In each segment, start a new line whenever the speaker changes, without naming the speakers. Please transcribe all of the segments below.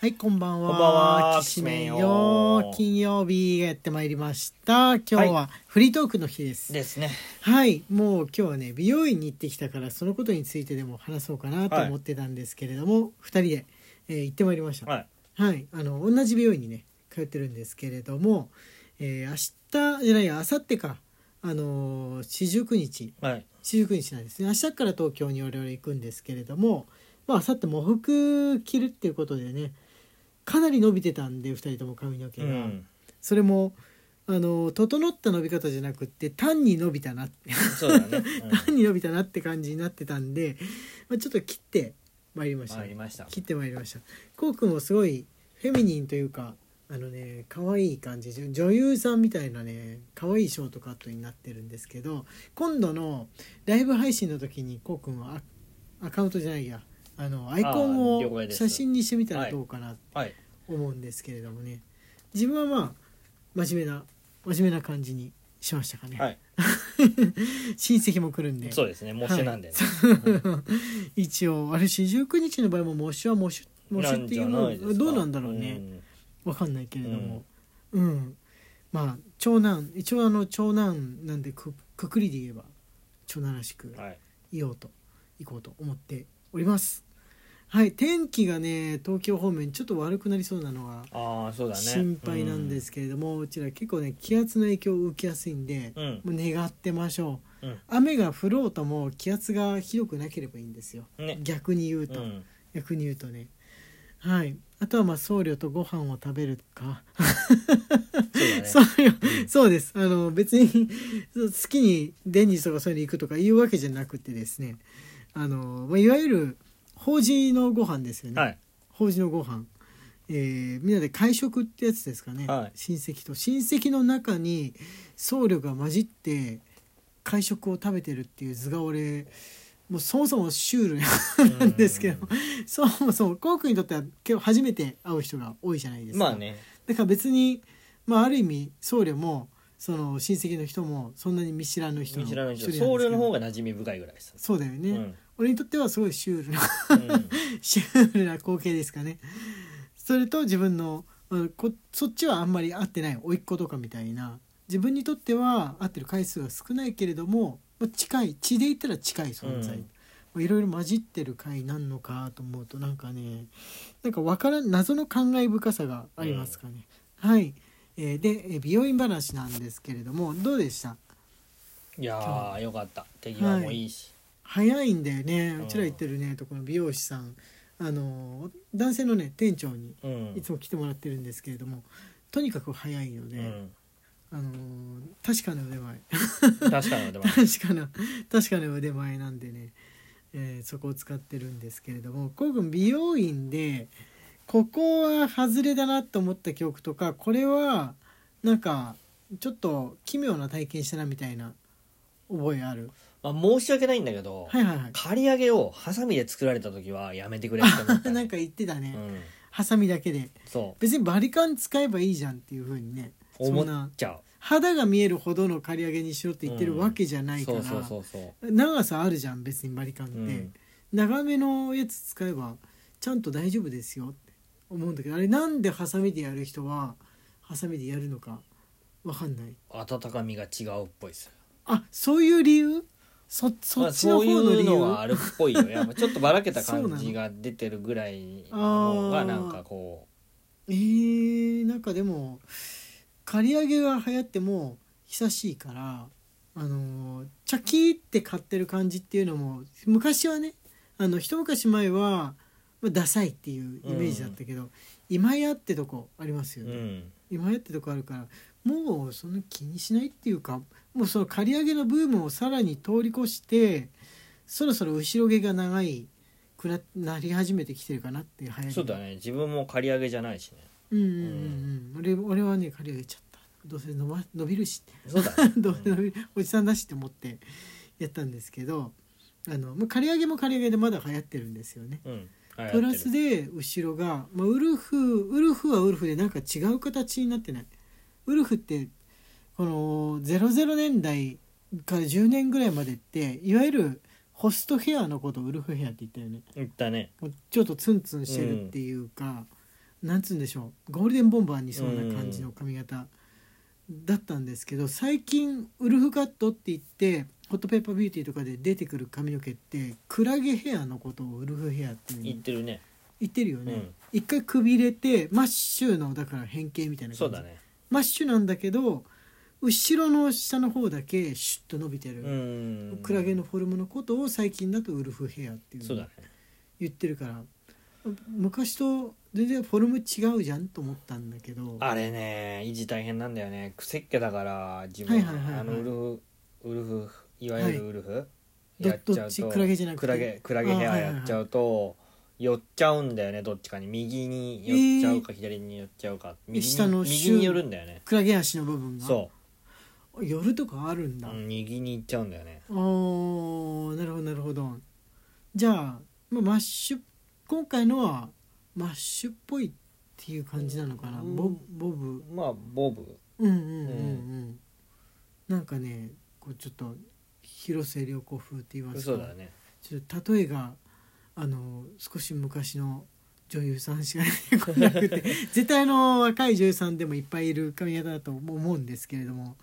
はい、こんばんは。
こんばんは
きしめ
きし
ん
めんよ
よ。金曜日がやってまいりました。今日
は
はフリートークの日です。
ですね
はい、もう今日はね、美容院に行ってきたから、そのことについてでも話そうかなと思ってたんですけれども、二、人で、えー行ってまいりました。
はい
はい、あの同じ美容院にね通ってるんですけれども、えー明日じゃないや明後日かあのー四十九日
はい
四十九日なんですね明日から東京に我々行くんですけれども、まあ明後日喪服着るっていうことでねかなり伸びてたんで2人とも髪の毛
う
が、
ん
それもあのー整った伸び方じゃなくって単に伸びたなって
そうだね、
単に伸びたなって感じになってたんで、まあ、ちょっと切ってまいりま
う
し
ん、
た
あ
ね
りました
切ってまいりましたこうくんもすごいフェミニンというかあのね可愛い感じじょ女優さんみたいなね可愛いショートカットになってるんですけど今度のライブ配信の時にこうくんはアアカウントじゃないやあのアイコ
あー了
ン
解
を
です
写真にしてみたらどうかなと
はい
思うんですけれどもね自分はまあ真面目な真面目な感じにしましたかね、
はい
親戚も来るんで
そうですね模試なんでね、
一応あれ四十九日の場合も模試は模試 模試
な
っ
ん
て
じ
い
ゃ
う
な
の
いですか
どうなんだろうね、
ん
わかんないけれどもうん、まあ長男一応あの長男なんでくくくりで言えば長男らしく
はい
いようと行こうと思っておりますはい天気がね東京方面ちょっと悪くなりそうなのが
ああそうだね
心配なんですけれども、うちら結構ね気圧の影響を受けやすいんで、
うん、うん
もう願ってましょう、
うん
雨が降ろうとも気圧がひどくなければいいんですよ、
ね
逆に言う
う
と、
ん、
逆に言うとねはいあとはまあ僧侶とご飯を食べるか、
そうだね
僧侶 そうですあの別に そう好きにデニーズとかそういうの行くとかいうわけじゃなくてですねあの、まあ、いわゆる法事のご飯ですよね、
はい
法事のご飯えーみんなで会食ってやつですかね、
はい
親戚と親戚の中に僧侶が混じって会食を食べてるっていう図が俺もうそもそもシュール なんですけど、 そもそもコウ君にとっては今日初めて会う人が多いじゃないですか、
まあね
だから別に、まあ、ある意味僧侶もその親戚の人もそんなに見知らぬ人
見知らない
一
人
人
僧
んで
侶
すけ
の
ど
方が馴染み深いぐらいです、
そうだよね、
うんうん
俺にとってはすごいシュールな
う
シュールな光景ですかねそれと自分のうんこそっちはあんまり合ってない甥っ子とかみたいな自分にとっては合ってる回数が少ないけれどもまあ近い血で言ったら近い存在、
うん
まあいろいろ混じってる回なんのかと思うとなんかねなんかわからん謎の感慨深さがありますかね、はい、えーでえー美容院話なんですけれどもどうでした
んいやーよかった手際もいいし、
早いんだよね
うん
うちら行ってるねとこの美容師さんあの男性のね店長に
うん
いつも来てもらってるんですけれどもとにかく早いので、
うん、
あのー確かな腕前
確か にでも
確かな確かな腕前なんでね、えーそこを使ってるんですけれどもこうくん美容院でここは外れだなと思った記憶とかこれはなんかちょっと奇妙な体験したなみたいな覚えある
まあ、申し訳ないんだけど、
はいはいはい
刈り上げをハサミで作られた時はやめてくれって思った、ね、
なんか言ってた
う
ね、
ん、
ハサミだけで
そ
別にバリカン使えばいいじゃんっていう風にね
う
そ
思
んな
っちゃ
肌が見えるほどの刈り上げにしろって言ってるわけじゃ
う
ないか
そ
ら、
うそうそうそう
長さあるじゃん別にバリカンって、
うん
長めのやつ使えばちゃんと大丈夫ですよって思うんだけどあれなんでハサミでやる人はハサミでやるのかわかんない
温かみが違うっぽいです
あそういう理由そそ
ま
っ
あ
ちの
そう
方
い
の理
う
由、
のはあるっぽいよやっぱちょっとばらけた
そう
感
な
じ
の
が出てるぐらいの方
あー
がなんかこ
えー、なんかでも刈り上げが流行っても久しいからあのーチャキーって買ってる感じっていうのも昔はねあの一昔前は、まあ、ダサいっていうイメージだったけど、今やってとこあります
う、う
よね、
ん、
今やってとこあるからもうその気にしないっていうかもうその刈り上げのブームをさらに通り越してそろそろ後ろ毛が長いくななり始めてきてるかなっていう流行りが
そうだね自分も刈り上げじゃないしね
うんうんうんうん、俺俺はね借り上げちゃったどうせ伸,、ば、伸びるし
そうだね
どうせ伸びるおじさんだしって思ってやったんですけどあの、まあ、借り上げも借り上げでまだ流行ってるんですよね。
うん流行って
プ
る
ラスで後ろが、まあ、ウルフウルフはウルフでなんか違う形になってないウルフってこの00年代から10年ぐらいまでっていわゆるホストヘアのことをウルフヘアって言ったよね
言ったね
もうちょっとツンツンしてるっていうか、なんつうんでしょうゴールデンボンバーにそうな感じの髪型だったんですけど、最近ウルフカットって言ってホットペッパービューティーとかで出てくる髪の毛ってクラゲヘアのことをウルフヘアっていうの
言ってるね
言ってるよね、
うん
一回くびれてマッシュのだから変形みたいな感じ
そうだね
マッシュなんだけど後ろの下の方だけシュッと伸びてる、
うん
クラゲのフォルムのことを最近だとウルフヘアっていう
そうだね
言ってるから昔と全然フォルム違うじゃんと思ったんだけど
あれね維持大変なんだよねクセっ気だから自
は
分
いはいはいはい
あのウルフウルフいわゆるウルフ、
ど
やっちゃ
ど
う
っち
と
クラゲじゃなくて
クラゲクラゲヘ
あ
ア
はいはい
や
はい
っちゃうと寄っちゃうんだよねどっちかに右に寄っちゃうか、左に寄っちゃうか右に
下の
右に寄るんだよね
クラゲ足の部分が
そ
寄るとかあるん
う、
だ、
うん右に行っちゃうんだよね
おーなるほどなるほどじゃあ、まあ、マッシュ今回のはマッシュっぽいっていう感じなのかな、
うん
ボボブ
まあボブ
うんうんうんうん、
う
なんかねこうちょっと広瀬涼子風って言いますか
そうだね
ちょっと例えがあの少し昔の女優さんしか出てこなくて絶対あの若い女優さんでもいっぱいいる髪型だと思うんですけれども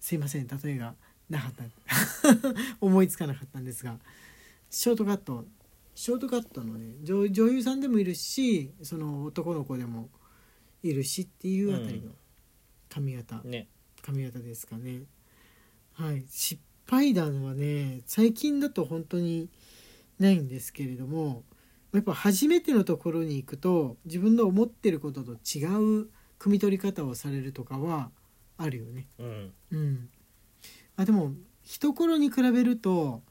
すいません例えがなかった 思いつかなかったんですがショートカットショートカットのね女女優さんでもいるしその男の子でもいるしっていうあたりの髪型、
ね
髪型ですかね。はい、失敗談はね最近だと本当にないんですけれどもやっぱ初めてのところに行くと自分の思ってることと違う汲み取り方をされるとかはあるよね。
うん
うん、あでも一頃に比べると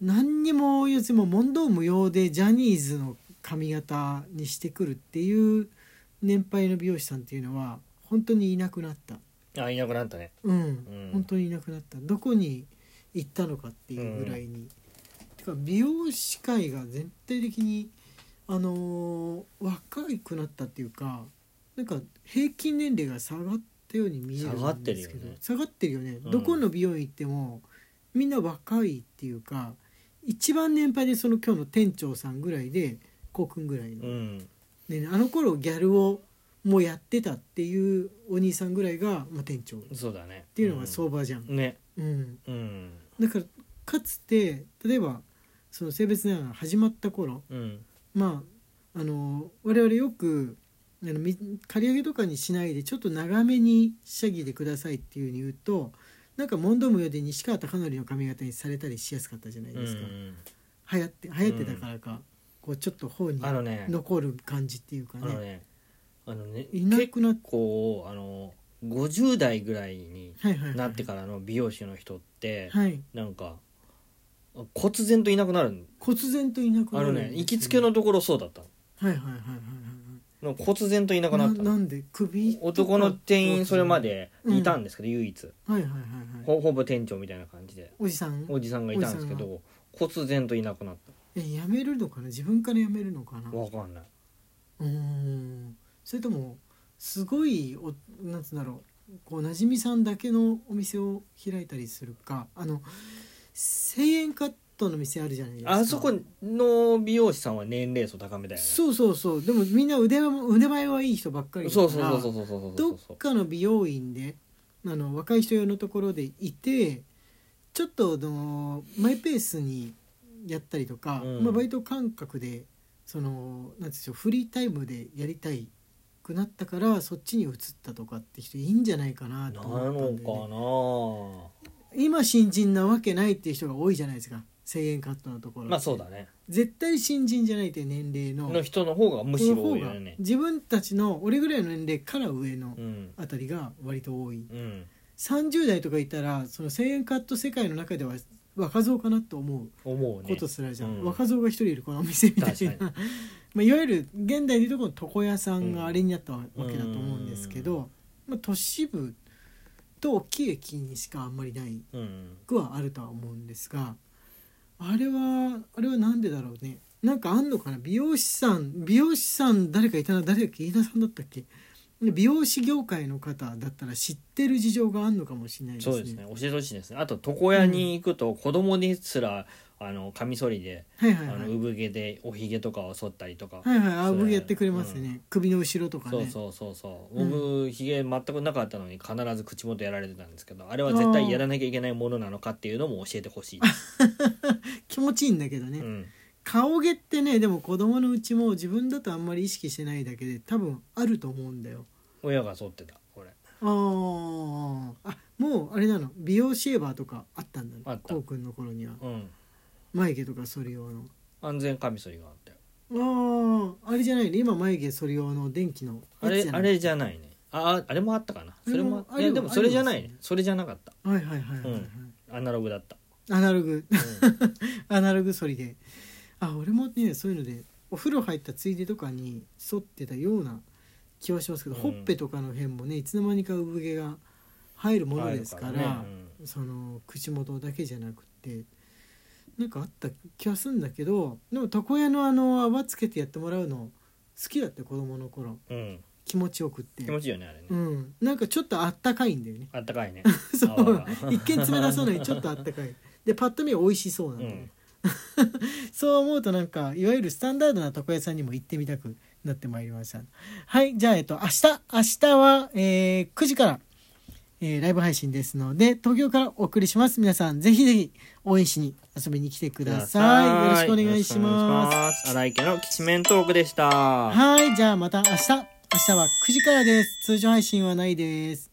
何にも要するにもう問答無用でジャニーズの髪型にしてくるっていう年配の美容師さんっていうのは本当にいなくなった。
あいなくなったね
うん、
ん
本当にいなくなったどこに行ったのかっていうぐらいに、てか美容師界が全体的にあのー若くなったっていうかなんか平均年齢が下がったように見える
下がっ
ん
て
で
るよ
すけど
ね
下がってるよね、
うん
どこの美容院行ってもみんな若いっていうか一番年配でその今日の店長さんぐらいでこうくんぐらいの
うん
ね、あの頃ギャルをもうやってたっていうお兄さんぐらいが、まあ、店長
そうだねっ
っていうのが相場じゃん、
ね
うん、
うん
だからかつて例えばその性別恋愛が始まった頃
うん
まああの我々よくあのみ刈り上げとかにしないでちょっと長めに仕上げてくださいっていうふうに言うとなんか問答無用で西川貴教の髪型にされたりしやすかったじゃないですか、
うん
流行って流行ってたからか、こうちょっと方に
あのね
残る感じっていうか
あ
ね
のねあのね
いなくなっ
結構あの50代ぐらいに
はいはいはい
なってからの美容師の人って、
はい
なんか忽然といなくなるん
忽然といなく
あ
な
の
るんですよ
ね行きつけのところそうだった
はいはいはいはいはい
の忽然といなくな
は
っ
い
た
なな
の
んで首とか
男の店員それまでいたんですけど、唯一
はいはいはいはい
ほほぼ店長みたいな感じで
おじさん
おじさんがいたんですけど忽然といなくなっ
えやめるのかな自分からやめるのかな
たわかんないう
ーんそれともすごいおなんつうんだろうこうなじみさんだけのお店を開いたりするかあの1000円カットの店あるじゃないですか
あそこの美容師さんは年齢層高めだよね
そうそうそうでもみんな腕は腕前はいい人ばっかりだか
そ
ら
うそうそうそうそうそうそ
ど
うそ
っかの美容院であの若い人用のところでいてちょっとあのマイペースにやったりとか、
うん
まあ、バイト感覚でそのなんていうんでしょうフリータイムでやりたいくなったからそっちに移ったとかって人いいんじゃないかな
うな
と思ったんで、ね、
のか
今新人なわけないっていう人が多いじゃないですか1000円カットのところ、
なまあそうだね
絶対新人じゃないっていう年齢の
の人の方がむしろ多いよ
この方が
ね
自分たちの俺ぐらいの年齢から上の
うん
あたりが割と多い。
うん
30代とかいたらその1,000円カット世界の中では若造かなと思
思う
う
ね
ことすらじゃん、
うん
若造が一人いるこのお店みたい
確か
な まあいわゆる現代でいうとこの床屋さんがあれになったわけだと思うんですけど、
う
まあ、都市部と大きい駅にしかあんまりない
うん
くはあるとは思うんですがあれはあれはなんでだろうねなんかあんのかな美容師さん美容師さん誰かいたな誰だっけ飯田さんだったっけ美容師業界の方だったら知ってる事情があんのかもしれないです
そ
ね。
うですね教えてほしいですねあと床屋に行くと子供ですらあのカミソリで、
はいはいは
あの
い
産毛でおひげとかを剃ったりとか、
はいはいあ
それ
僕やってくれますね、
う
首の後ろとかね
そうそうそうそう
うん
僕ひげ全くなかったのに必ず口元やられてたんですけどあれは絶対やらなきゃいけないものなのかっていうのも教えてほしい です、
気持ちいいんだけどね、
うん、
顔毛ってねでも子供のうちも自分だとあんまり意識してないだけで多分あると思うんだよ
親が剃ってたこれ
あーあもうあれなの美容シェーバーとかあったんだ
あ
ね
った
こうくんの頃には
うん
眉毛とか剃る用の
安全カミソリがあったよ
あああれじゃないね今眉毛剃る用の電気の
あ
やつ
れ
じゃな
あ
い
れじゃないねあああれもあったかなそれもい
あれもあるよ
やでもそれじゃな
あ
い
り
ね
ます
それじゃなかった
はいはいはいはい、はい
アナログだった、
アナログ
うん
アナログ剃りであ俺もねそういうのでお風呂入ったついでとかに剃ってたような気はしますけど、
うん
ほっぺとかの辺もねいつの間にか産毛が入るものですから
あるからね
その口元だけじゃなくってなんかあった気はするんだけどでも床屋のあの泡つけてやってもらうの好きだって子供の頃
うんうん
気持ちよくって
気持ちいいよねあれね、
うん、なんかちょっとあったかいんだよね
あったかいね
そ
泡
う
が
一見冷たそうなのにちょっとあったかいでパッと見は美味しそうな
う
んだよね
ん、
そう思うとなんかいわゆるスタンダードな床屋さんにも行ってみたくなってまいりましたはいじゃあえっと明日明日は、えー9時から、えーライブ配信ですので東京からお送りします皆さんぜひぜひ応援しに遊びに来てくださいよろしくお願いします
す荒井家のきしめんトークでした
はいじゃあまた明日明日は9時からです通常配信はないです